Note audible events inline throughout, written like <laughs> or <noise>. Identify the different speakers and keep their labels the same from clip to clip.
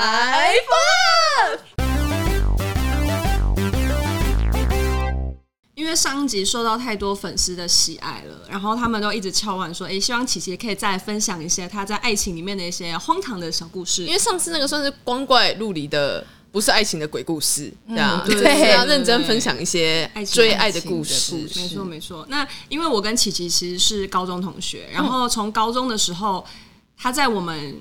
Speaker 1: Five Up。因为上集受到太多粉丝的喜爱了，然后他们都一直敲碗说：“哎、希望琪琪可以再分享一些她在爱情里面的一些荒唐的小故事
Speaker 2: 因。为上次那个算是光怪陆离的，不是爱情的鬼故事，对啊，
Speaker 1: 嗯对
Speaker 2: 就是
Speaker 1: 对
Speaker 2: 要认真分享一些
Speaker 1: 爱情
Speaker 2: 追爱的
Speaker 3: 爱情的
Speaker 2: 故事
Speaker 3: 故。”事
Speaker 1: 没错，没错。那因为我跟琪琪其实是高中同
Speaker 2: 嗯
Speaker 1: 学，然后从高中的时候，她在我们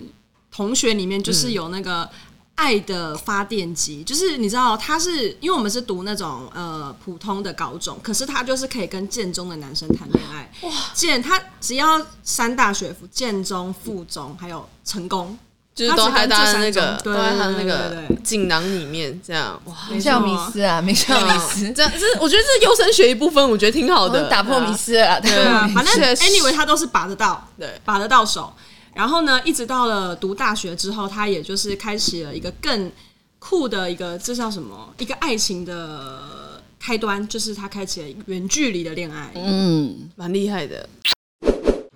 Speaker 1: 同学里面就是有那个爱的发电机，就是你知道，她是因为我们是读那种呃普通的高中，可是她就是可以跟建中的男生谈恋爱。哇！建她只要三大学府，建中、附中还有成功，
Speaker 2: 就是都还搭在那个
Speaker 1: 他，只
Speaker 2: 都
Speaker 1: 跟这
Speaker 2: 还
Speaker 1: 三
Speaker 2: 搭在
Speaker 1: 种
Speaker 2: 那
Speaker 1: 对对
Speaker 2: 个
Speaker 1: 对对
Speaker 2: 锦囊里面，这样哇，
Speaker 1: <laughs> 没错
Speaker 3: 叫迷思啊，名校迷思，
Speaker 2: 这样，这是我觉得这是优生学一部分，我觉得挺好
Speaker 3: 我们
Speaker 2: 的，
Speaker 3: 打破迷思了啦，对
Speaker 1: 对啊，
Speaker 2: 嗯
Speaker 1: 反正
Speaker 2: 确实
Speaker 1: anyway 他都是拔得到，
Speaker 2: 对啊。
Speaker 1: 把得到手。然后呢，一直到了读大学之后，他也就是开启了一个更酷的一个，这叫什么？一个爱情的开端，就是他开启了远距离的恋爱。
Speaker 3: 嗯
Speaker 2: 对，蛮厉害的。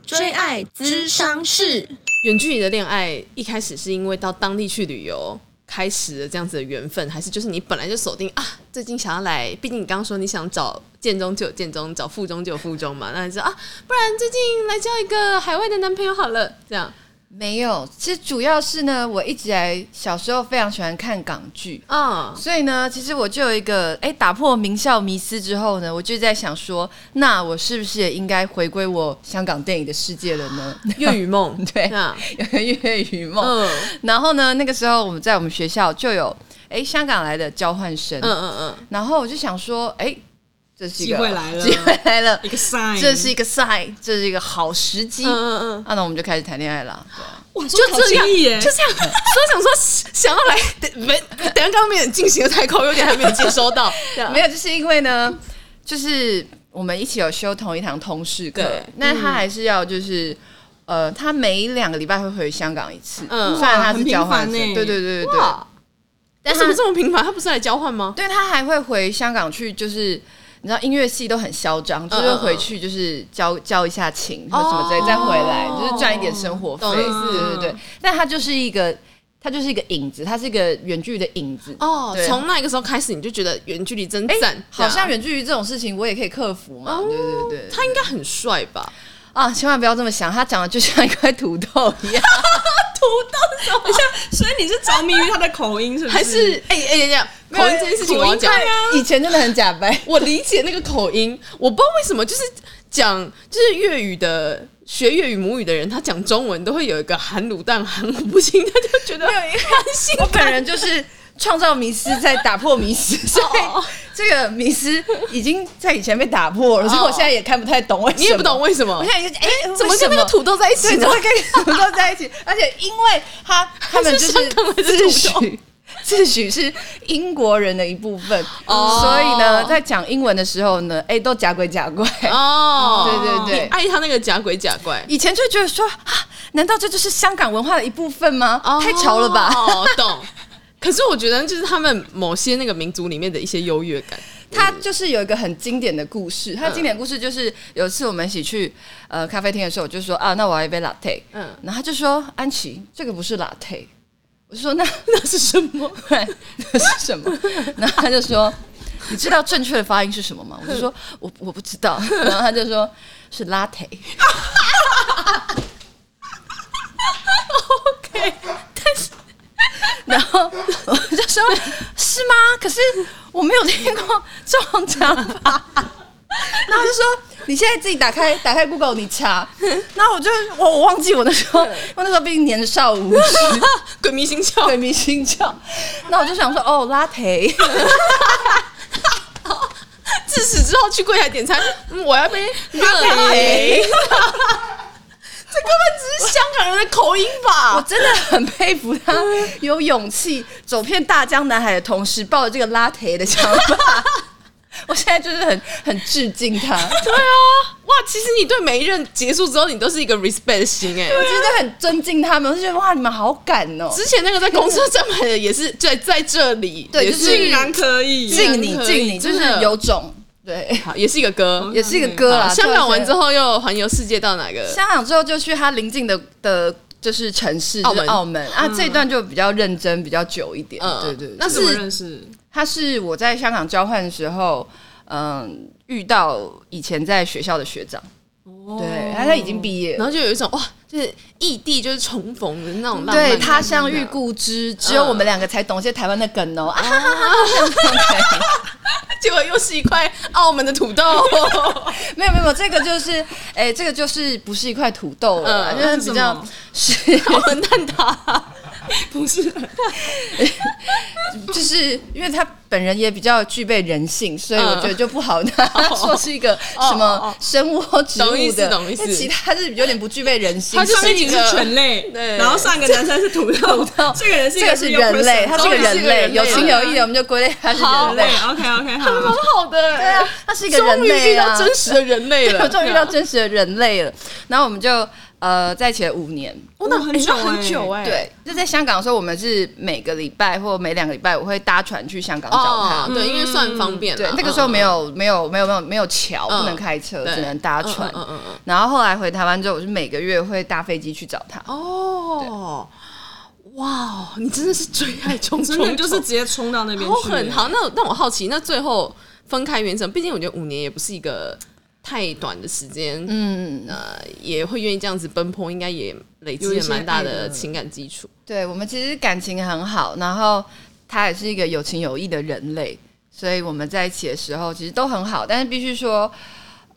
Speaker 4: 追爱咨商室。
Speaker 2: 远距离的恋爱一开始是因为到当地去旅游开始了这样子的缘分，还是就是你本来就锁定啊，最近想要来，毕竟你刚刚说你想找建中就有建中，找附中就有附中嘛，那你说啊， <laughs> 不然最近来交一个海外的男朋友好了，这样
Speaker 3: 没有，其实主要是呢，我一直来小时候非常喜欢看港剧，
Speaker 2: 啊，
Speaker 3: 所以呢，其实我就有一个哎、打破名校迷思之后呢，我就在想说，那我是不是也应该回归我香港电影的世界了呢？ <laughs>
Speaker 2: 粤语 <laughs> 梦
Speaker 3: 对
Speaker 2: 嗯这样
Speaker 3: 有个粤语梦，
Speaker 2: 嗯
Speaker 3: 然后呢，那个时候我们在我们学校就有哎、香港来的交换生，
Speaker 2: 嗯嗯嗯，
Speaker 3: 然后我就想说，哎、这是一
Speaker 1: 机
Speaker 3: 个
Speaker 1: 会来了
Speaker 3: <laughs> 机会来了
Speaker 1: 一，个 sign，
Speaker 3: 这是一个 sign，这是一个好时机。
Speaker 2: 嗯嗯嗯，
Speaker 3: 啊，那我们就开始谈恋爱了。
Speaker 1: 哇，就
Speaker 2: 就这样，
Speaker 1: 耶
Speaker 2: 就这样。所 <laughs> 以想说想要来，等没，等一下刚刚没有进行的太快，有点还没有接收到，这样
Speaker 3: 没有，就是因为呢，就是我们一起有修同一堂通识课
Speaker 2: 对，
Speaker 3: 那他还是要就是。呃，他每两个礼拜会回香港一次，
Speaker 2: 嗯
Speaker 3: 虽然他是交
Speaker 1: 哇
Speaker 3: 换
Speaker 1: 很
Speaker 3: 生，
Speaker 1: 频繁欸
Speaker 3: 对对对对对，
Speaker 2: 哇，
Speaker 3: 但
Speaker 2: 为
Speaker 3: 他
Speaker 2: 什么这么频繁？他不是来交换吗？
Speaker 3: 对他还会回香港去，就是你知道音乐系都很嚣张，
Speaker 2: 嗯
Speaker 3: 就是回去就是教教一下琴或什么之类，再回来
Speaker 2: 哦
Speaker 3: 就是赚一点生活费，
Speaker 2: 懂
Speaker 3: 对
Speaker 2: 意思
Speaker 3: 对对对。但他就是一个，他就是一个影子，他是一个远距离的影子。
Speaker 2: 哦，
Speaker 3: 对
Speaker 2: 从那个时候开始，你就觉得远距离真
Speaker 3: 哎
Speaker 2: 赞，
Speaker 3: 好像
Speaker 2: 远
Speaker 3: 远距离这种事情我也可以克服嘛，
Speaker 2: 哦
Speaker 3: 对对对对。
Speaker 2: 他应该很帅吧？
Speaker 3: 啊，千万不要这么想，他长得就像一块土豆一样。
Speaker 1: 等一下，所以你是着迷于他的口音是不是？
Speaker 2: 还是哎哎呀，
Speaker 3: 没有
Speaker 2: 口音这件事情我要讲，
Speaker 3: 以前真的很假白，
Speaker 2: 我理解那个口音，我不知道为什么，就是讲就是粤语的。学粤语母语的人，他讲中文都会有一个含卤蛋、含糊不清，他就觉得很性
Speaker 3: <laughs> 我本
Speaker 2: 感。
Speaker 3: 人就是创造迷思，在打破迷思，所
Speaker 2: 哦
Speaker 3: 以这个迷思已经在以前被打破了，所以我现在也看不太懂为
Speaker 2: 哦
Speaker 3: 什么。
Speaker 2: 你也不懂，为什么
Speaker 3: 我现？在就哎、
Speaker 2: 怎么
Speaker 3: 为什
Speaker 2: 跟那个土豆在一起
Speaker 3: 对，
Speaker 2: 呢
Speaker 3: 怎么？会跟土豆在一
Speaker 2: <laughs>
Speaker 3: 起？而且因为他他们就是
Speaker 2: 香 <laughs> 港还是
Speaker 3: 自
Speaker 2: 土豆
Speaker 3: 诩 <laughs> 自诩是英国人的一部分，
Speaker 2: 哦
Speaker 3: 所以呢，在讲英文的时候呢，哎、都假鬼假怪。
Speaker 2: 哦，
Speaker 3: 对对对
Speaker 2: 你爱他那个假鬼假怪，
Speaker 3: 以前就觉得说啊，难道这就是香港文化的一部分吗？
Speaker 2: 哦
Speaker 3: 太潮了吧！
Speaker 2: 哦，懂。可是我觉得，就是他们某些那个民族里面的一些优越感。
Speaker 3: 他就是有一个很经典的故
Speaker 2: 嗯
Speaker 3: 事，他经典故事就是有一次我们一起去呃咖啡厅的时候，我就说啊，那我要一杯 latte，
Speaker 2: 嗯
Speaker 3: 嗯，然后他就说安琪，这个不是 latte，我就说那
Speaker 2: <laughs> 那是什
Speaker 3: <laughs>
Speaker 2: 么？
Speaker 3: 不然这是
Speaker 2: <laughs>
Speaker 3: 什么？然后他就说：“你知道正确的发音是什么吗？”我就说：“我我不知道。”
Speaker 2: <laughs>
Speaker 3: 然后他就说：“是 latte。” OK，但是 <laughs> 然后我就说：“是吗？可是我没有听过这种讲法。”然后就说你现在自己打开打开 Google 你查，然后我就我我忘记我那时候我那时候毕竟年少无知，
Speaker 2: 鬼迷心窍
Speaker 3: 鬼迷心窍。那我就想说，哦，拉忒，
Speaker 2: 自此之后去柜台点餐，嗯我要
Speaker 3: <laughs>
Speaker 2: 杯热雷。这根本只是香港人的口音
Speaker 3: 我
Speaker 2: 吧？
Speaker 3: 真的很佩服他有勇气走遍大江南海的同时，抱着这个拉忒的想法。 <laughs> 我现在就是很很致敬他，我
Speaker 2: 对啊，哇！其实你对每一任结束之后，你都是一个 respect 心哎、
Speaker 3: 真的很尊敬他们，我就觉得哇，你们好敢哦，
Speaker 2: 之前那个在公车站牌的也是在在这里，
Speaker 3: 对
Speaker 2: 也
Speaker 3: 就是
Speaker 2: 是
Speaker 1: 竟然可以？
Speaker 3: 敬你
Speaker 2: 可以
Speaker 3: 敬你，就
Speaker 2: 真
Speaker 3: 是
Speaker 2: 的
Speaker 3: 有种，对，
Speaker 2: 好，也是一个歌。
Speaker 3: 也是一个歌啦。
Speaker 2: 嗯香港完之
Speaker 3: 后，
Speaker 2: 后又环游世界到哪个？
Speaker 3: 香港之后就去他邻近的的就是城市，
Speaker 2: 澳
Speaker 3: 就是
Speaker 2: 门
Speaker 3: 澳门啊，这一段就比较认真，比较久一点。
Speaker 2: 嗯
Speaker 3: 对对对，
Speaker 2: 那
Speaker 1: 是
Speaker 2: 是
Speaker 1: 我认识，
Speaker 3: 他是我在香港交换的时候，嗯，遇到以前在学校的学长，
Speaker 2: 哦
Speaker 3: 对，他他已经毕业
Speaker 2: 然
Speaker 3: 了。
Speaker 2: 后就有一种哇，就是异地就是重逢的嗯那种浪漫
Speaker 3: 对
Speaker 2: 感
Speaker 3: 他乡遇故知，只有我们两个才懂一些台湾的梗哦。啊哈哈哈！
Speaker 2: 哦结果又是一块澳门的土豆，
Speaker 3: <laughs> 没有没有，没有这个就是，哎，这个就是不是一块土豆了啦，
Speaker 2: 嗯
Speaker 3: 就是比较是
Speaker 2: 澳门蛋挞，
Speaker 3: <laughs>
Speaker 2: 哦不是 <laughs>
Speaker 3: 就是因为他本人也比较具备人性，所以我
Speaker 2: 嗯
Speaker 3: 觉得就不好拿说是一个
Speaker 2: 哦
Speaker 3: 什么生物或植
Speaker 2: 懂意
Speaker 3: 物
Speaker 2: 思
Speaker 3: 的，
Speaker 2: 懂意思
Speaker 3: 但其他是有点不具备人性。
Speaker 2: 他就
Speaker 1: 上
Speaker 2: 是
Speaker 1: 面
Speaker 2: 一
Speaker 1: 几
Speaker 2: 个
Speaker 1: 个是犬类，
Speaker 2: 对
Speaker 1: 然后上一个男生是土豆，这个人是一
Speaker 3: 这个是
Speaker 1: 是
Speaker 3: 人类，他是个人类，有情有义的，
Speaker 1: 的
Speaker 3: 我们就归类他是
Speaker 1: 好
Speaker 3: 人类。
Speaker 1: ，OK OK，好，
Speaker 2: <laughs> 好的、
Speaker 3: 对啊，他是一个人
Speaker 2: 终于
Speaker 3: 类
Speaker 2: 遇到
Speaker 3: 啊，
Speaker 2: 真实的人类
Speaker 3: 对
Speaker 2: 了，
Speaker 3: 我终于遇到真实的人类了。然后我们就呃在一起了五年，
Speaker 2: 哦，那
Speaker 1: 哇很
Speaker 2: 哎那
Speaker 1: 久
Speaker 2: 很
Speaker 1: 哎
Speaker 2: 久哎、
Speaker 3: 对，就在香港的时候，我们是每个礼拜或每两个礼拜，我会搭船去香港找他。嗯
Speaker 2: 哦，对，因为算方便
Speaker 3: 对
Speaker 2: 啦，
Speaker 3: 那个时候没
Speaker 2: 有
Speaker 3: 有没有没有没有没有桥，
Speaker 2: 嗯
Speaker 3: 不能开车，
Speaker 2: 对
Speaker 3: 只能搭船。
Speaker 2: 嗯嗯嗯嗯
Speaker 3: 然后后来回台湾之后，我是每个月会搭飞机去找他。
Speaker 2: 哦，哇，哦你真的是追爱冲
Speaker 1: 真
Speaker 2: 冲
Speaker 1: 的
Speaker 2: 冲，
Speaker 1: 就是直接冲到那边
Speaker 2: 我
Speaker 1: 去，
Speaker 2: 很好。那那我好奇，那最后分开原则，毕竟我觉得五年也不是一个太短的时间，
Speaker 3: 嗯，
Speaker 2: 呃，也会愿意这样子奔波，应该也累积
Speaker 1: 有一
Speaker 2: 了
Speaker 1: 些
Speaker 2: 蛮大
Speaker 1: 爱
Speaker 2: 的
Speaker 1: 的
Speaker 2: 情感基础。
Speaker 3: 对，我们其实感情很好，然后他也是一个有情有义的人类，所以我们在一起的时候其实都很好，但是必须说。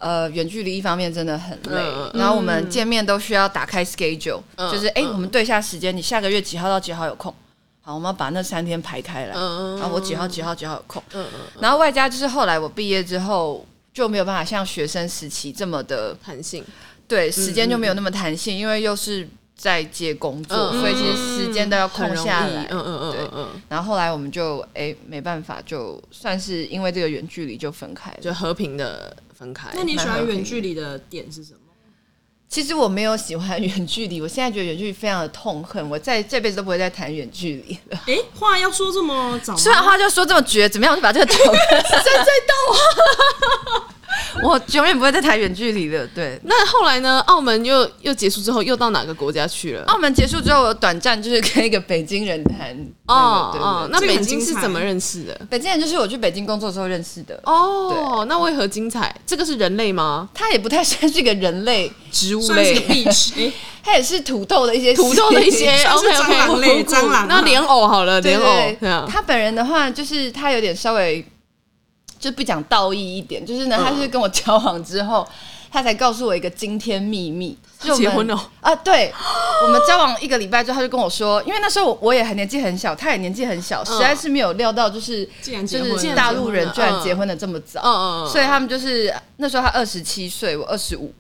Speaker 3: 呃，远距离一方面真的很累，
Speaker 2: 嗯
Speaker 3: 然后我们见面都需要打开 schedule，、
Speaker 2: 嗯
Speaker 3: 就是哎、诶
Speaker 2: 嗯
Speaker 3: 我们对一下时间，你下个月几号到几号有空？好，我们要把那三天排开来，
Speaker 2: 嗯
Speaker 3: 然后我几号几号几号有空，
Speaker 2: 嗯嗯，
Speaker 3: 然后外加就是后来我毕业之后就没有办法像学生时期这么的
Speaker 2: 弹性，
Speaker 3: 对，时间就没有那么弹性，因为又是在接工作，
Speaker 2: 嗯
Speaker 3: 所以其实时间都要
Speaker 2: 很
Speaker 3: 空
Speaker 2: 容易，
Speaker 3: 下来
Speaker 2: 嗯。嗯嗯嗯嗯，
Speaker 3: 然后后来我们就哎、没办法，就算是因为这个远距离就分开了。
Speaker 2: 就和平的分开。
Speaker 1: 那你喜
Speaker 3: 蛮
Speaker 1: 欢
Speaker 3: 合理
Speaker 1: 远距离的点是什么？
Speaker 3: 其实我没有喜欢 <laughs> 远距离，我现在觉得远距离非常的痛恨，我在这辈子都不会再谈远距离了。
Speaker 1: 哎，话要说这么早吗，
Speaker 3: 虽 <laughs> 然话就说这么绝，怎么样我就把这个 <laughs> 捅深深啊到我，我永远不会再谈远距离了。对，
Speaker 2: 那后来呢？澳门又又结束之后，又到哪个国家去了？
Speaker 3: 澳门结束之后，我短暂就是跟一个北京人谈。对对对
Speaker 2: 哦那
Speaker 1: 这个
Speaker 2: 北
Speaker 1: 很
Speaker 2: 京
Speaker 1: 精
Speaker 2: 是
Speaker 1: 彩
Speaker 2: 怎么认识的？
Speaker 3: 北京人就是我去北京工作的时候认识的。
Speaker 2: 哦，那为何精彩？这个是人类吗？
Speaker 3: 它也不太像是一个人类，
Speaker 2: 植物
Speaker 1: 算是个
Speaker 2: 类？
Speaker 1: beach，哎，
Speaker 3: 它也是土豆的一些
Speaker 2: 土豆的一 <laughs> 些
Speaker 1: 算是
Speaker 2: OK OK，
Speaker 1: 蟑螂类蟑螂啊
Speaker 2: 那莲藕好了，
Speaker 3: 对
Speaker 2: 莲
Speaker 3: 对
Speaker 2: 藕，
Speaker 3: 对
Speaker 2: 对啊
Speaker 3: 他本人的话，就是他有点稍微就不讲道义一点，就是
Speaker 2: 嗯
Speaker 3: 呢，他是跟我交往之后，他才告诉我一个惊天秘密，就我们
Speaker 2: 结婚了
Speaker 3: 啊！对，我们交往一个礼拜之后，他就跟我说，因为那时候我我也很年纪很小，他也年纪很
Speaker 2: 嗯
Speaker 3: 小，实在是没有料到就是
Speaker 1: 竟然结
Speaker 3: 就
Speaker 1: 婚
Speaker 3: 是大陆人居然
Speaker 2: 嗯
Speaker 3: 结婚的这么早，
Speaker 2: 嗯嗯嗯
Speaker 3: 所以他们就是那时候他二十七岁，我二十五，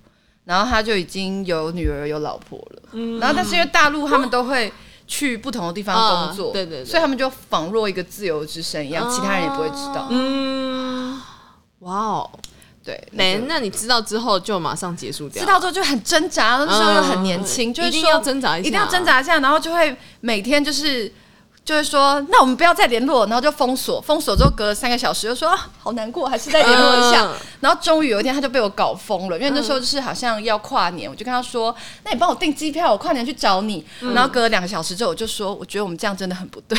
Speaker 3: 然后他就已经有女儿有老婆了。
Speaker 2: 嗯
Speaker 3: 然后但是因为大陆他们都会去不同的地方工
Speaker 2: 嗯
Speaker 3: 作，
Speaker 2: 对对对哦
Speaker 3: 所以他们就仿若一个自由之身一样，其他人也不会知道。
Speaker 1: 嗯，
Speaker 2: 哇哦，
Speaker 3: 对，
Speaker 2: 没，
Speaker 3: 那个
Speaker 2: 那你知道之后就马上结束掉，
Speaker 3: 知道之后就很挣扎，那时候又很年轻，
Speaker 2: 嗯
Speaker 3: 就是
Speaker 2: 一定
Speaker 3: 说
Speaker 2: 要挣扎一下
Speaker 3: 一定要挣扎一下，然后就会每天就是。就会说，那我们不要再联络，然后就封锁，封锁之后隔了三个小时，又说啊好难过，还是再联络一下。
Speaker 2: 嗯
Speaker 3: 然后终于有一天，他就被我搞疯了，因为那时候就是好像要跨年，我就跟他说，那你帮我订机票，我跨年去找你。
Speaker 2: 嗯
Speaker 3: 然后隔了两个小时之后，我就说，我觉得我们这样真的很不对。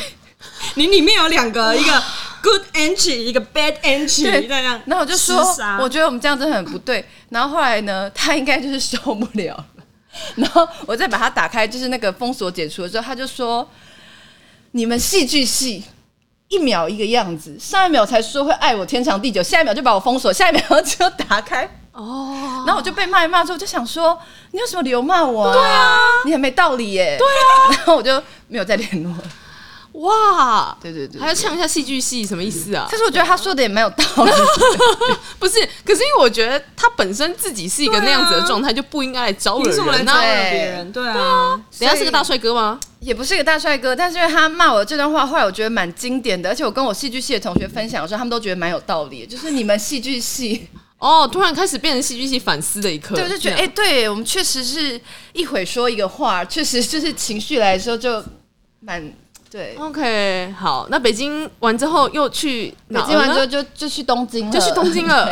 Speaker 1: 你里面有两个，一个 good energy，一个 bad energy，
Speaker 3: 对
Speaker 1: 这样。
Speaker 3: 然后我就说
Speaker 1: 厮杀，
Speaker 3: 我觉得我们这样真的很不对。然后后来呢， <laughs> 他应该就是受不了 <laughs> 了。然后我再把它打开，就是那个封锁解除的时候，他就说：“你们戏剧系一秒一个样子，上一秒才说会爱我天长地久，下一秒就把我封锁，下一秒就打开。”
Speaker 2: 哦，
Speaker 3: 然后我就被骂一骂之后，我就想说：“你有什么理由骂我、啊？对啊，你很没道理耶、对啊。 <laughs> 然后我就没有再联络了。
Speaker 2: 哇，
Speaker 3: 对对对
Speaker 2: 还要唱一下戏剧系，什么意思啊？
Speaker 3: 但是我觉得他说的也蛮有道理的。
Speaker 2: 不是，可是因为我觉得他本身自己是一个
Speaker 1: 对啊
Speaker 2: 那样子的状态，就不应该来招惹
Speaker 1: 凭什么来
Speaker 2: 人
Speaker 1: 招
Speaker 2: 啊。
Speaker 1: 惹
Speaker 3: 对
Speaker 1: 别人？对啊，
Speaker 2: 人家是个大帅哥吗？
Speaker 3: 也不是一个大帅哥，但是因为他骂我的这段话，后来我觉得蛮经典的，而且我跟我戏剧系的同学分享的时候，他们都觉得蛮有道理的，就是你们戏
Speaker 2: <laughs>
Speaker 3: 剧系，
Speaker 2: 哦，突然开始变成戏剧系反思的一刻，
Speaker 3: 对，我就觉得哎、
Speaker 2: 这样
Speaker 3: 对我们确实是一会说一个话，确实就是情绪来的时候就蛮对，
Speaker 2: 嗯 OK，好，那北京完之后又去
Speaker 3: 北
Speaker 2: 哪儿呢？
Speaker 3: 京完之后就就去东京
Speaker 2: <laughs>
Speaker 3: 了，
Speaker 2: 就去东京了，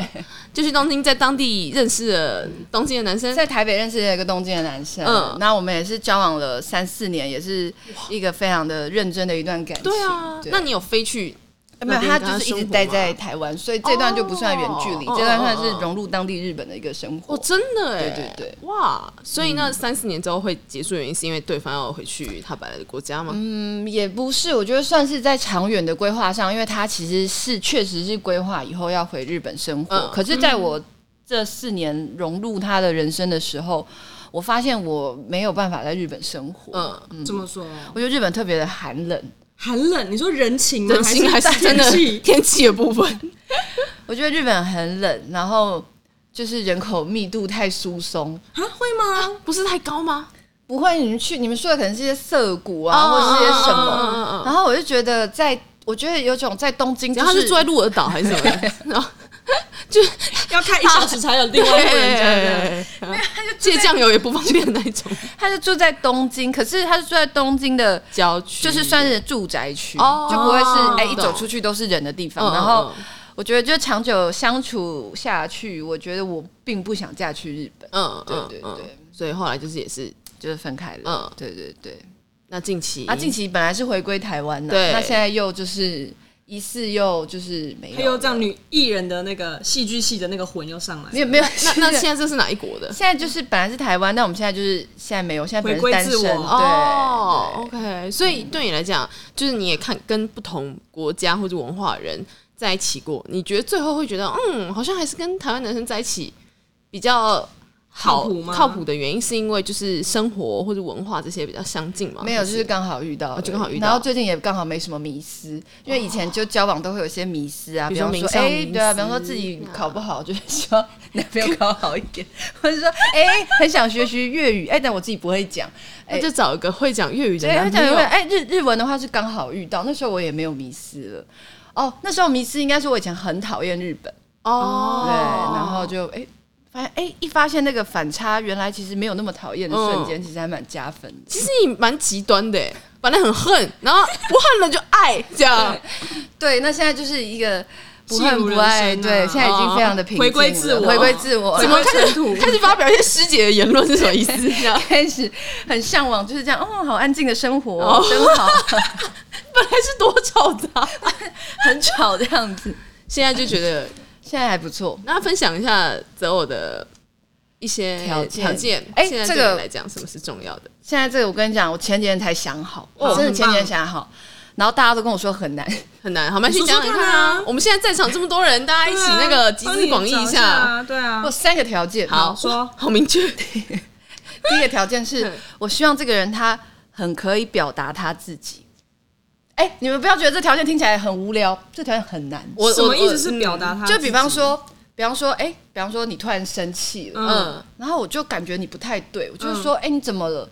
Speaker 2: 就去东京，在当地认识了东京的男生。
Speaker 3: <laughs> 在台北认识了一个东京的男生，
Speaker 2: 嗯
Speaker 3: 那我们也是交往了三四年，也是一个非常的认真的一段感情。
Speaker 2: 对啊，那你有飞去？
Speaker 3: 没
Speaker 2: 那
Speaker 3: 有
Speaker 2: 边
Speaker 3: 他
Speaker 2: 跟他
Speaker 3: 就是一直
Speaker 2: 生活
Speaker 3: 待
Speaker 2: 吗
Speaker 3: 在台湾，所以这段就不算远距离，
Speaker 2: 哦
Speaker 3: 这段算
Speaker 2: 哦
Speaker 3: 是
Speaker 2: 哦哦
Speaker 3: 融入当地日本的一个生活。
Speaker 2: 哦，真的哎，
Speaker 3: 对对嗯对，
Speaker 2: 哇！所以那三四年之后会结束，原因是因为对方要回去他本来的国家吗？
Speaker 3: 嗯，也不是，我觉得算是在长远的规划上，因为他其实是确实是规划以后要回日本生活。
Speaker 2: 嗯
Speaker 3: 可是，在我这四年融入他的人生的时候，我发现我没有办法在日本生活。嗯，
Speaker 2: 嗯，
Speaker 1: 怎么说？
Speaker 3: 我觉得日本特别的寒冷。
Speaker 1: 寒冷？你说人情吗？
Speaker 2: 人心还是真
Speaker 1: 天
Speaker 2: 的
Speaker 1: 气？
Speaker 2: <laughs> 天气的部
Speaker 3: <laughs>
Speaker 2: 分。
Speaker 3: 我觉得日本很冷，然后就是人口密度太疏松。
Speaker 1: 啊，会吗？
Speaker 2: 不是太高吗？ <laughs>
Speaker 3: 不会，你们去你们说的可能是一些涩谷啊，或
Speaker 2: 哦
Speaker 3: 是一些什
Speaker 2: 嗯
Speaker 3: 么。
Speaker 2: 嗯嗯嗯
Speaker 3: 然后我就觉得在，我觉得有种在东京、就
Speaker 2: 然后他是住在鹿儿岛还是什么哦的？ <laughs> 然后
Speaker 3: <laughs>
Speaker 2: 就
Speaker 1: 要开一小时才有另外一个人家
Speaker 2: <laughs>
Speaker 1: 这样。
Speaker 2: 借酱油也不方便的那种
Speaker 3: 他是住在东京，可是他是住在东京的，
Speaker 2: 郊区，
Speaker 3: 就是算是住宅区，
Speaker 2: 哦
Speaker 3: 就不会是哎、一
Speaker 2: 懂
Speaker 3: 走出去都是人的地
Speaker 2: 嗯。
Speaker 3: 方。然后我觉得就长久相处下去，我觉得我并不想嫁去日本，
Speaker 2: 嗯，嗯
Speaker 3: 对
Speaker 2: 嗯
Speaker 3: 对
Speaker 2: 嗯
Speaker 3: 对
Speaker 2: 所以后来就是也是
Speaker 3: 就是分开了。
Speaker 2: 嗯
Speaker 3: 对对对。
Speaker 2: 那近期
Speaker 3: 啊，近期本来是回归台湾的，
Speaker 2: 对
Speaker 3: 那现在又就是疑似又就是没有
Speaker 1: 还
Speaker 3: 了，
Speaker 1: 有这样女艺人的那个戏剧系的那个魂又上来了，
Speaker 3: 没有没有，
Speaker 2: 那
Speaker 3: <laughs>
Speaker 2: 那
Speaker 3: 现
Speaker 2: 现在这是哪一国的？
Speaker 3: 现在就是本来是台湾，但我们现在就是现在没有，现在本来
Speaker 1: 回
Speaker 3: 是单身，
Speaker 1: 归自
Speaker 3: 对、
Speaker 1: 我
Speaker 2: 哦，OK，所以对你来讲，就是你也看跟不同国家或者文化的人在一起过，你觉得最后会觉得，嗯，好像还是跟台湾男生在一起比较好
Speaker 1: 靠谱吗
Speaker 2: 靠谱的原因，是因为就是生活或者文化这些比较相近嘛？
Speaker 3: 没有，
Speaker 2: 还
Speaker 3: 就是刚好遇到而已、
Speaker 2: 哦就刚好遇到
Speaker 3: 然后最近也刚好没什么迷思，因为以前就交往都会有一些迷思啊，
Speaker 2: 哦比
Speaker 3: 比
Speaker 2: 如说
Speaker 3: 方说，
Speaker 2: 名校
Speaker 3: 哎、
Speaker 2: 迷思嗯
Speaker 3: 对啊，比方说自己考不好，就是希望男朋友考好一点，或者说，哎、很想学习粤语，哎、但我自己不会讲，哎、
Speaker 2: 那就找一个会讲粤语的
Speaker 3: 对，他
Speaker 2: 男
Speaker 3: 讲
Speaker 2: 朋
Speaker 3: 日
Speaker 2: 友
Speaker 3: 文，哎，日日文的话是刚好遇到，那时候我也没有迷失了。哦，那时候迷失应该是我以前很讨厌日本，
Speaker 2: 哦
Speaker 3: 对，然后就哎、发现哎、一发现那个反差，原来其实没有那么讨厌的瞬间，其实还蛮加分的。
Speaker 2: 其实你蛮极端的耶，本来很恨，然后不恨了就爱，这样
Speaker 3: <laughs> 对，那现在就是一个不
Speaker 1: 戏
Speaker 3: 恨
Speaker 1: 如
Speaker 3: 不
Speaker 1: 人
Speaker 3: 爱，
Speaker 1: 生啊
Speaker 3: 对，现在已经非常的平静了
Speaker 1: 回归自我
Speaker 3: 嗯哦回归自我，
Speaker 1: 怎
Speaker 3: 然
Speaker 1: 么
Speaker 3: 后
Speaker 1: 会尘土？
Speaker 2: 开始发表一些师姐的言论是什么意思？这
Speaker 3: <laughs>
Speaker 2: 样
Speaker 3: 开始很向往，就是这样，哦，好安静的生活，
Speaker 2: 哦
Speaker 3: 真
Speaker 1: <laughs>
Speaker 3: 好，
Speaker 2: 本来是多吵杂，
Speaker 3: 很吵这样子，
Speaker 2: <laughs> 现在就觉得
Speaker 3: 现在还不错。
Speaker 2: 那分享一下择偶的一些
Speaker 3: 条件
Speaker 2: 条件。
Speaker 3: 哎
Speaker 2: 现在
Speaker 3: 这
Speaker 2: 对
Speaker 3: 个
Speaker 2: 你来讲，什么是重要的？
Speaker 3: 现在这个我跟你讲，我前几天才想好，
Speaker 2: 哦
Speaker 3: 真的前几
Speaker 1: 很
Speaker 3: 天
Speaker 1: 棒
Speaker 3: 想好，然后大家都跟我说很难。
Speaker 2: 很难，好，我们去
Speaker 1: 你说
Speaker 2: 讲
Speaker 1: 说
Speaker 2: 讲
Speaker 1: 看
Speaker 2: 看
Speaker 1: 啊
Speaker 2: 啊！我们现在在场这么多人，大家一起那个集思广益
Speaker 1: 一
Speaker 2: 一下。，
Speaker 1: 对啊
Speaker 3: 我，三个条件，
Speaker 2: 好，
Speaker 1: 说
Speaker 2: 好明
Speaker 1: <laughs>
Speaker 2: 确。
Speaker 3: 第一个条件是
Speaker 2: 嗯
Speaker 3: 我希望这个人他很可以表达他自己。哎、你们不要觉得这条件听起来很无聊，这条件很难。
Speaker 2: 我
Speaker 1: 什么意思？
Speaker 2: 我
Speaker 1: 是
Speaker 2: 我
Speaker 1: 表达他自己？
Speaker 3: 嗯就比方说，比方说，哎、比方说你突然生气了，
Speaker 2: 嗯
Speaker 1: 嗯，
Speaker 3: 然后我就感觉你不太对，我就是说，哎、你怎么了？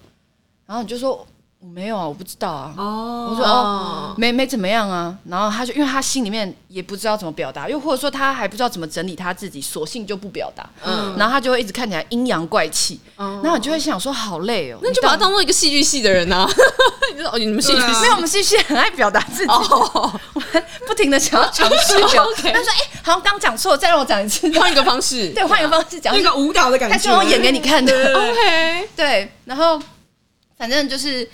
Speaker 3: 然后你就说我没有啊，我不知道啊。我
Speaker 1: 哦，
Speaker 3: 说
Speaker 2: 哦
Speaker 3: 哦，没没怎么样啊。然后他就因为他心里面也不知道怎么表达，又或者说他还不知道怎么整理他自己，索性就不表达。
Speaker 2: 嗯
Speaker 3: 嗯，然后他就会一直看起来阴阳怪气。
Speaker 2: 哦
Speaker 3: 然后你就会想说，好累哦。
Speaker 2: 那就把他当做一个戏剧系的人啊！ <laughs> 你就说哦，你们戏剧
Speaker 1: 对啊
Speaker 3: 没有，我们是是很爱表达自己，
Speaker 2: 哦，
Speaker 3: 我们不停的想要尝
Speaker 2: <laughs>
Speaker 3: 试表
Speaker 2: OK
Speaker 3: 达。他说：“哎、好像刚讲错，再让我讲一
Speaker 2: <laughs>
Speaker 3: 次。”
Speaker 2: 换一个方式。
Speaker 3: 对，换一个方式讲。
Speaker 1: 那个舞蹈的感
Speaker 3: 他
Speaker 1: 觉，
Speaker 3: 希望我演给你看的。哦
Speaker 2: OK，
Speaker 3: 对，然后反正就是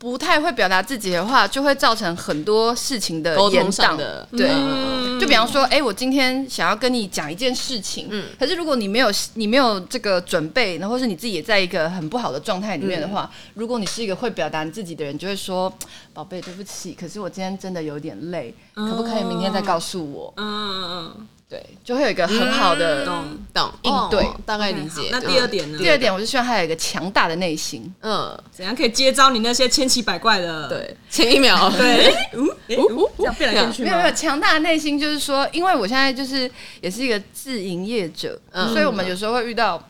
Speaker 3: 不太会表达自己的话，就会造成很多事情的
Speaker 2: 沟
Speaker 3: 延
Speaker 2: 通上
Speaker 3: 宕。
Speaker 2: 的
Speaker 3: 对，
Speaker 2: 嗯
Speaker 3: 就比方说，哎、我今天想要跟你讲一件事情，可是如果你没有你没有这个准备，然后是你自己也在一个很不好的状态里面的话，如果你是一个会表达你自己的人，就会说，宝贝，对不起，可是我今天真的有点累，可不可以明天再告诉我？
Speaker 1: 嗯，嗯嗯
Speaker 3: 对，就会有一个很好的。
Speaker 1: 懂。
Speaker 2: 嗯懂
Speaker 3: 应对
Speaker 2: 哦大概理
Speaker 1: 好
Speaker 2: 解。
Speaker 1: 那
Speaker 2: 对
Speaker 1: 第二点呢？
Speaker 3: 第二点，我就希望他有一个强大的内心。
Speaker 2: 嗯，
Speaker 1: 怎样可以接招你那些千奇百怪的？
Speaker 2: 对，前一秒
Speaker 3: <laughs>
Speaker 1: 对， <laughs> 呜诶
Speaker 2: 呜
Speaker 1: 呜
Speaker 2: 呜
Speaker 1: 这样变来变去
Speaker 3: 哦没
Speaker 1: 吗
Speaker 3: 有没有，强大的内心就是说，因为我现在就是也是一个自营业者，
Speaker 2: 嗯
Speaker 3: 所以我们有时候会遇到。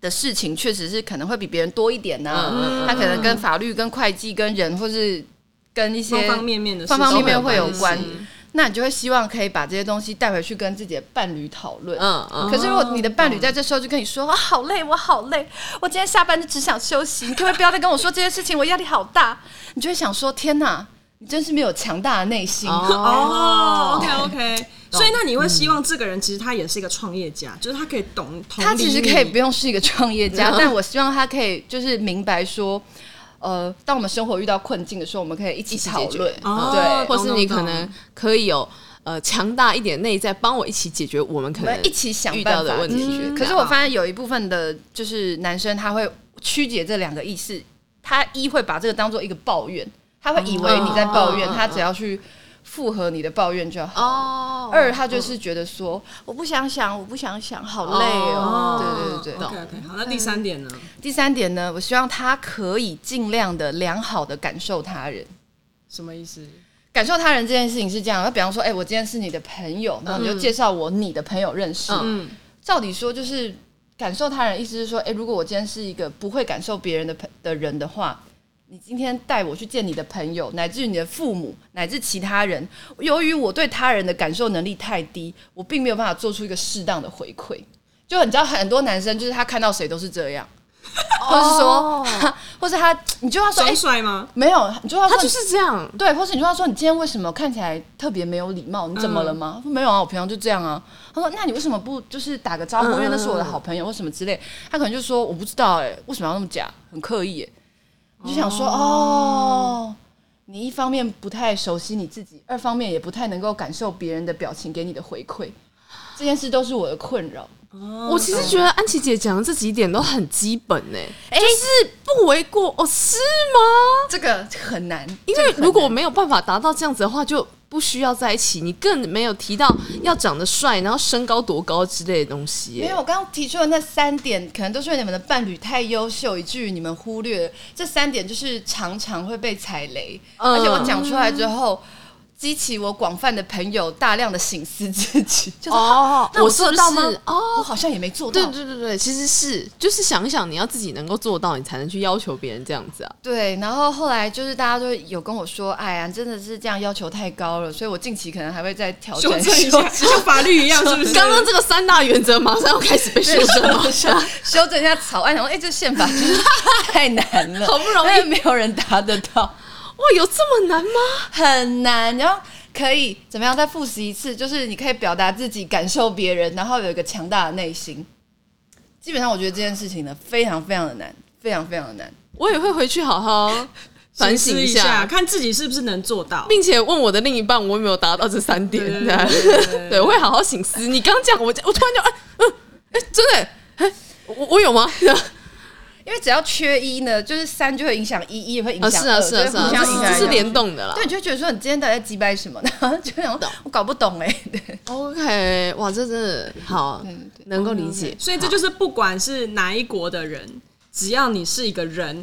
Speaker 3: 的事情确实是可能会比别人多一点呢、
Speaker 2: 嗯
Speaker 3: 他可能跟法律、跟会计、跟人，或是跟一
Speaker 1: 方
Speaker 3: 些
Speaker 1: 方面面的事
Speaker 3: 方
Speaker 1: 情，
Speaker 3: 方面面会有
Speaker 2: 都有
Speaker 3: 关
Speaker 2: 关系。
Speaker 3: 那你就会希望可以把这些东西带回去跟自己的伴侣讨论。
Speaker 2: 嗯嗯，
Speaker 3: 可是如果你的伴侣在这时候就跟你说：“啊，好累，我好累，我今天下班就只想休息，你可不可以不要再跟我说这些事情？我压力好大。”你就会想说：“天哪！”你真是没有强大的内心。
Speaker 2: 哦
Speaker 1: 哦，OK OK，所以那你会希望这个人其实他也是一个创业家，就是他可以懂，同
Speaker 3: 嗯他其实
Speaker 1: 理
Speaker 3: 可以
Speaker 1: 你
Speaker 3: 不用是一个创业家，
Speaker 2: 嗯
Speaker 3: 但我希望他可以就是明白说，呃，当我们生活遇到困境的时候，我们可以一起
Speaker 2: 一起
Speaker 3: 讨
Speaker 2: 解决
Speaker 3: 论。
Speaker 1: 哦
Speaker 3: 对，
Speaker 2: 或是你
Speaker 1: 懂懂
Speaker 2: 可能可以有呃强大一点内在，帮我一起解决我们
Speaker 3: 我
Speaker 2: 可
Speaker 3: 们
Speaker 2: 能
Speaker 3: 一起想
Speaker 2: 遇
Speaker 3: 办
Speaker 2: 到的
Speaker 3: 法
Speaker 2: 问
Speaker 3: 解决
Speaker 2: 题。
Speaker 3: 可是我发现有一部分的，嗯就是男生他会曲解这两个意思，他一会把这个当做一个抱怨，他会以为你在抱怨，
Speaker 2: 嗯嗯嗯
Speaker 3: 他只要去附和你的抱怨就好。
Speaker 2: 哦
Speaker 3: 二，他就是觉得说，我不想想，我不想想，好累
Speaker 2: 哦
Speaker 3: 哦。对对对对。
Speaker 1: OK OK，好，那第三点呢？
Speaker 3: 第三点呢，我希望他可以尽量的良好的感受他人。
Speaker 1: 什么意思？
Speaker 3: 感受他人这件事情是这样，那比方说，哎、我今天是你的朋友，然后你就介绍我你的朋友认识。
Speaker 1: 嗯，
Speaker 3: 照理说，就是感受他人，意思是说，哎、如果我今天是一个不会感受别人的朋的人的话，你今天带我去见你的朋友，乃至于你的父母，乃至其他人，由于我对他人的感受能力太低，我并没有办法做出一个适当的回馈。就你知道，很多男生就是他看到谁都是这样，或是说，或是哦他，你就要说，哎、
Speaker 1: 装帅吗？
Speaker 3: 没有，你就要说
Speaker 2: 他就是这样，
Speaker 3: 对，或是你说他说你今天为什么看起来特别没有礼貌？你怎么
Speaker 2: 嗯
Speaker 3: 了吗？他说没有啊，我平常就这样啊。他说那你为什么不就是打个招呼？
Speaker 2: 嗯
Speaker 3: 因为那是我的好朋友或什么之类。他可能就说我不知道哎、为什么要那么假，很刻意、欸。你就想说哦，你一方面不太熟悉你自己，二方面也不太能够感受别人的表情给你的回馈，这件事都是我的困扰。
Speaker 2: 我其实觉得安琪姐讲的这几点都很基本呢、就是不为过哦，是吗？
Speaker 3: 这个很难，
Speaker 2: 因
Speaker 3: 这个
Speaker 2: 为
Speaker 3: 很难
Speaker 2: 如果没有办法达到这样子的话，就不需要在一起。你更没有提到要长得帅，然后身高多高之类的东西耶、
Speaker 3: 因为我刚刚提出的那三点，可能都是因为你们的伴侣太优秀，以至于你们忽略了这三点，就是常常会被踩雷。
Speaker 2: 嗯
Speaker 3: 而且我讲出来之后，激起我广泛的朋友大量的省思
Speaker 2: <laughs>
Speaker 3: 自己，就是、
Speaker 2: 哦
Speaker 3: 那我
Speaker 2: 是
Speaker 3: 做
Speaker 2: 不
Speaker 3: 得到吗
Speaker 2: 是哦，
Speaker 3: 我好像也没做
Speaker 2: 对
Speaker 3: 到。
Speaker 2: 对对对，其实是就是想一想，你要自己能够做到，你才能去要求别人这样子啊。
Speaker 3: 对，然后后来就是大家都有跟我说，哎呀，真的是这样要求太高了，所以我近期可能还会再调整
Speaker 1: 修正一下，像法律一样，是不是？
Speaker 2: 刚刚这个三大原则马上要开始被修正了，
Speaker 3: <laughs> 修正一下草案，然后哎，这宪法就是太难了，
Speaker 2: <laughs> <laughs> 好不容易
Speaker 3: 因为没有人达得到。
Speaker 2: 哇，有这么难吗？
Speaker 3: 很难，然后可以怎么样再复习一次？就是你可以表达自己，感受别人，然后有一个强大的内心。基本上，我觉得这件事情呢，非常非常的难，非常非常的难。
Speaker 2: 我也会回去好 <laughs> 好反省
Speaker 1: 一
Speaker 2: 一
Speaker 1: 下，
Speaker 2: 下，
Speaker 1: 看自己是不是能做到。
Speaker 2: 并且问我的另一半，我有没有达到这三点？
Speaker 1: 对
Speaker 2: 这样 <laughs>
Speaker 1: 对对对对
Speaker 2: 对，我会好好醒思。你刚讲，我我突然就哎嗯哎，真的哎，我我有吗？ <laughs>
Speaker 3: 因为只要缺一呢，就是三就会影响一，一也会影
Speaker 2: 啊，
Speaker 3: 响
Speaker 2: 是
Speaker 3: 二、
Speaker 2: 啊是啊
Speaker 3: 哦就是会
Speaker 2: 啊，
Speaker 3: 互
Speaker 2: 这
Speaker 3: 相
Speaker 2: 是
Speaker 3: 影响
Speaker 2: 这是
Speaker 3: 来影响
Speaker 2: 联动的啦
Speaker 3: 对，。你就会觉得说你今天到底在击败什么 <laughs> 呢？然后就想我搞不懂哎、对
Speaker 2: OK，哇，这真的好
Speaker 3: 对对，
Speaker 2: 嗯能够理解。
Speaker 1: 所以这就是不管是哪一国的人，只要你是一个人，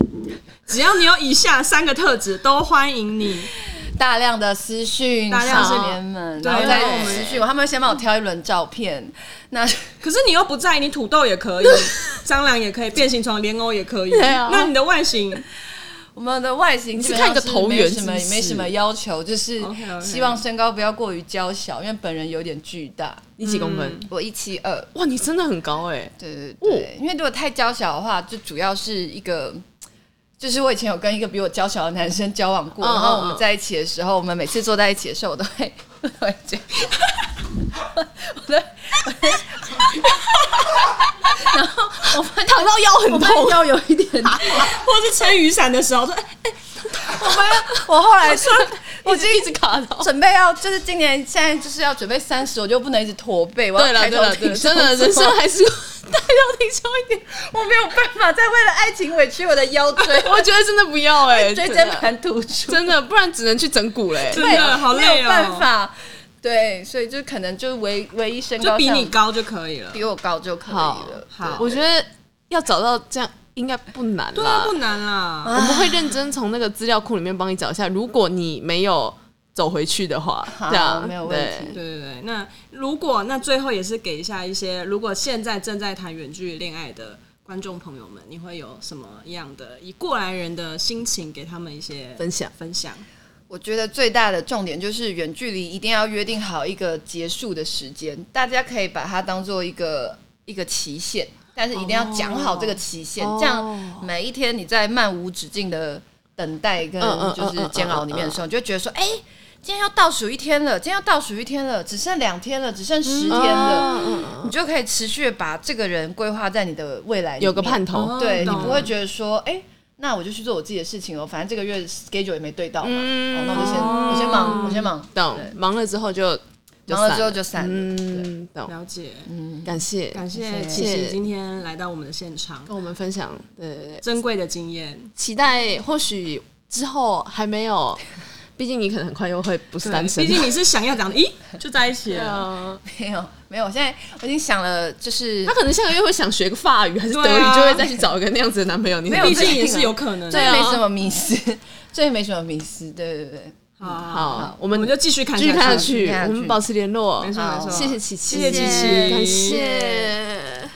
Speaker 1: 只要你有以下三个特质，都欢迎你。
Speaker 3: 大量的私讯，
Speaker 1: 大量的私
Speaker 3: 少年们，
Speaker 1: 对
Speaker 3: 然后再
Speaker 1: 对
Speaker 3: 私讯我，他们会先帮我挑一轮照片，那。
Speaker 1: 可是你又不在意，你土豆也可以，蟑螂也可以，变形虫、莲藕也可以。
Speaker 2: 对啊
Speaker 1: 那你的外形，
Speaker 3: 我们的外形基本上是没
Speaker 2: 你
Speaker 3: 有什么
Speaker 2: 是看一个头圆
Speaker 3: 没什么要求，就是
Speaker 1: OK，OK
Speaker 3: 希望身高不要过于娇小，因为本人有点巨大，
Speaker 2: 你几公分？
Speaker 3: 我一七二，
Speaker 2: 哇，你真的很高 <laughs> 哎。
Speaker 3: 对对对，因为如果太娇小的话，就主要是一个。就是我以前有跟一个比我娇小的男生交往过，
Speaker 2: 嗯
Speaker 3: 然后我
Speaker 2: 嗯
Speaker 3: 们
Speaker 2: 嗯
Speaker 3: 在一起的时候，我们每次坐在一起的时候，我都会， <laughs> 我都会这样，我都会，我都会然后我们
Speaker 2: 躺到腰很痛，
Speaker 3: 要有一点
Speaker 1: 或是撑雨伞的时候，说哎
Speaker 3: <laughs> 我后来说，
Speaker 2: 我就一直卡到。
Speaker 3: 准备要就是今年现在就是要准备三十，我就不能一直驼背，我
Speaker 2: 对
Speaker 3: 要
Speaker 2: 了
Speaker 3: 抬
Speaker 2: 对
Speaker 3: 头
Speaker 2: 了对
Speaker 3: 挺
Speaker 2: 了，
Speaker 3: 胸
Speaker 2: 真的人生
Speaker 3: 做
Speaker 2: 还是抬头挺胸一点。，
Speaker 3: 我没有办法再为了爱情委屈我的腰
Speaker 1: <laughs>
Speaker 3: 椎
Speaker 2: <laughs>
Speaker 1: 啊
Speaker 2: 我觉得真的不要 <laughs> 哎，
Speaker 3: 椎
Speaker 2: 真
Speaker 3: 间
Speaker 2: 的
Speaker 3: 盘突出，
Speaker 2: 真的，不然只能去整骨嘞。
Speaker 1: 真的好
Speaker 3: 没
Speaker 1: 累
Speaker 3: 有办
Speaker 1: 哦，
Speaker 3: 法。对，所以就可能就唯唯一身高
Speaker 1: 就比
Speaker 3: 上
Speaker 1: 你高就可以了。
Speaker 3: 比我高就可以
Speaker 2: 好
Speaker 3: 了。
Speaker 1: 好
Speaker 2: 我觉得要找到这样应该不难
Speaker 1: 对啊，
Speaker 2: 啦
Speaker 1: 不。难啦。
Speaker 2: 我们会认真从那个资料库里面帮你找一下，如果你没有走回去的话，
Speaker 3: 好
Speaker 2: 这样
Speaker 3: 没有问
Speaker 1: 对
Speaker 3: 题
Speaker 1: 对对，那如果那最后也是给一下一些，如果现在正在谈远距离恋爱的观众朋友们，你会有什么样的以过来人的心情给他们一些
Speaker 2: 分享
Speaker 1: 分享？
Speaker 3: 我觉得最大的重点就是远距离一定要约定好一个结束的时间，大家可以把它当做一个一个期限，但是一定要讲好这个期限，
Speaker 2: 哦
Speaker 3: 这样每一天你在漫无止境的等待跟
Speaker 2: 嗯嗯嗯
Speaker 3: 就是煎熬里面的时候，你就会觉得说，哎、今天要倒数一天了，今天要倒数一天了，只剩两天了，只剩十天
Speaker 2: 嗯
Speaker 3: 了，你就可以持续地把这个人规划在你的未来里面
Speaker 2: 有个盼头。
Speaker 1: 哦
Speaker 3: 对你
Speaker 1: 懂
Speaker 3: 不会觉得说，哎、那我就去做我自己的事情哦，反正这个月 schedule 也没对到嘛，
Speaker 2: 嗯
Speaker 3: 哦，那我就先、我先忙，我先忙，
Speaker 2: 懂
Speaker 3: 对，
Speaker 2: 忙了之后就哦就
Speaker 3: 忙了
Speaker 2: 散
Speaker 3: 之后就散了对
Speaker 2: 嗯，懂，
Speaker 1: 了解，
Speaker 2: 感谢
Speaker 1: 感谢
Speaker 3: 谢
Speaker 1: 琪琪
Speaker 2: 谢
Speaker 1: 今天来到我们的现场，
Speaker 2: 跟我们分享，对对对，
Speaker 1: 珍贵的经验。
Speaker 2: 期待或许之后还没有， <laughs> 毕竟你可能很快又会不是
Speaker 1: 对
Speaker 2: 单身，<laughs>
Speaker 1: 毕竟你是呃想要讲的，咦，就在一起了。
Speaker 2: 啊，
Speaker 3: 没有没有，我现在我已经想了，就是
Speaker 2: 他可能下个月会想学个法语还是德
Speaker 1: 对
Speaker 2: 语，
Speaker 1: 啊
Speaker 2: 就会再去找一个那样子的男朋友。你
Speaker 1: 毕竟也是有可能。
Speaker 3: 这
Speaker 1: 的。
Speaker 3: 也
Speaker 2: 啊
Speaker 3: 没什么迷失， <laughs> 这也没什么迷失，对对对。
Speaker 1: 好，
Speaker 2: 好，我
Speaker 1: 我们
Speaker 2: 们
Speaker 1: 就继续看
Speaker 2: 继续看下
Speaker 1: 去。
Speaker 2: 去
Speaker 3: 看下，去
Speaker 2: 我们保持联络
Speaker 1: 没。错没
Speaker 3: 好
Speaker 1: 错，
Speaker 2: 谢谢琪琪，
Speaker 1: 谢谢琪琪
Speaker 2: 感谢。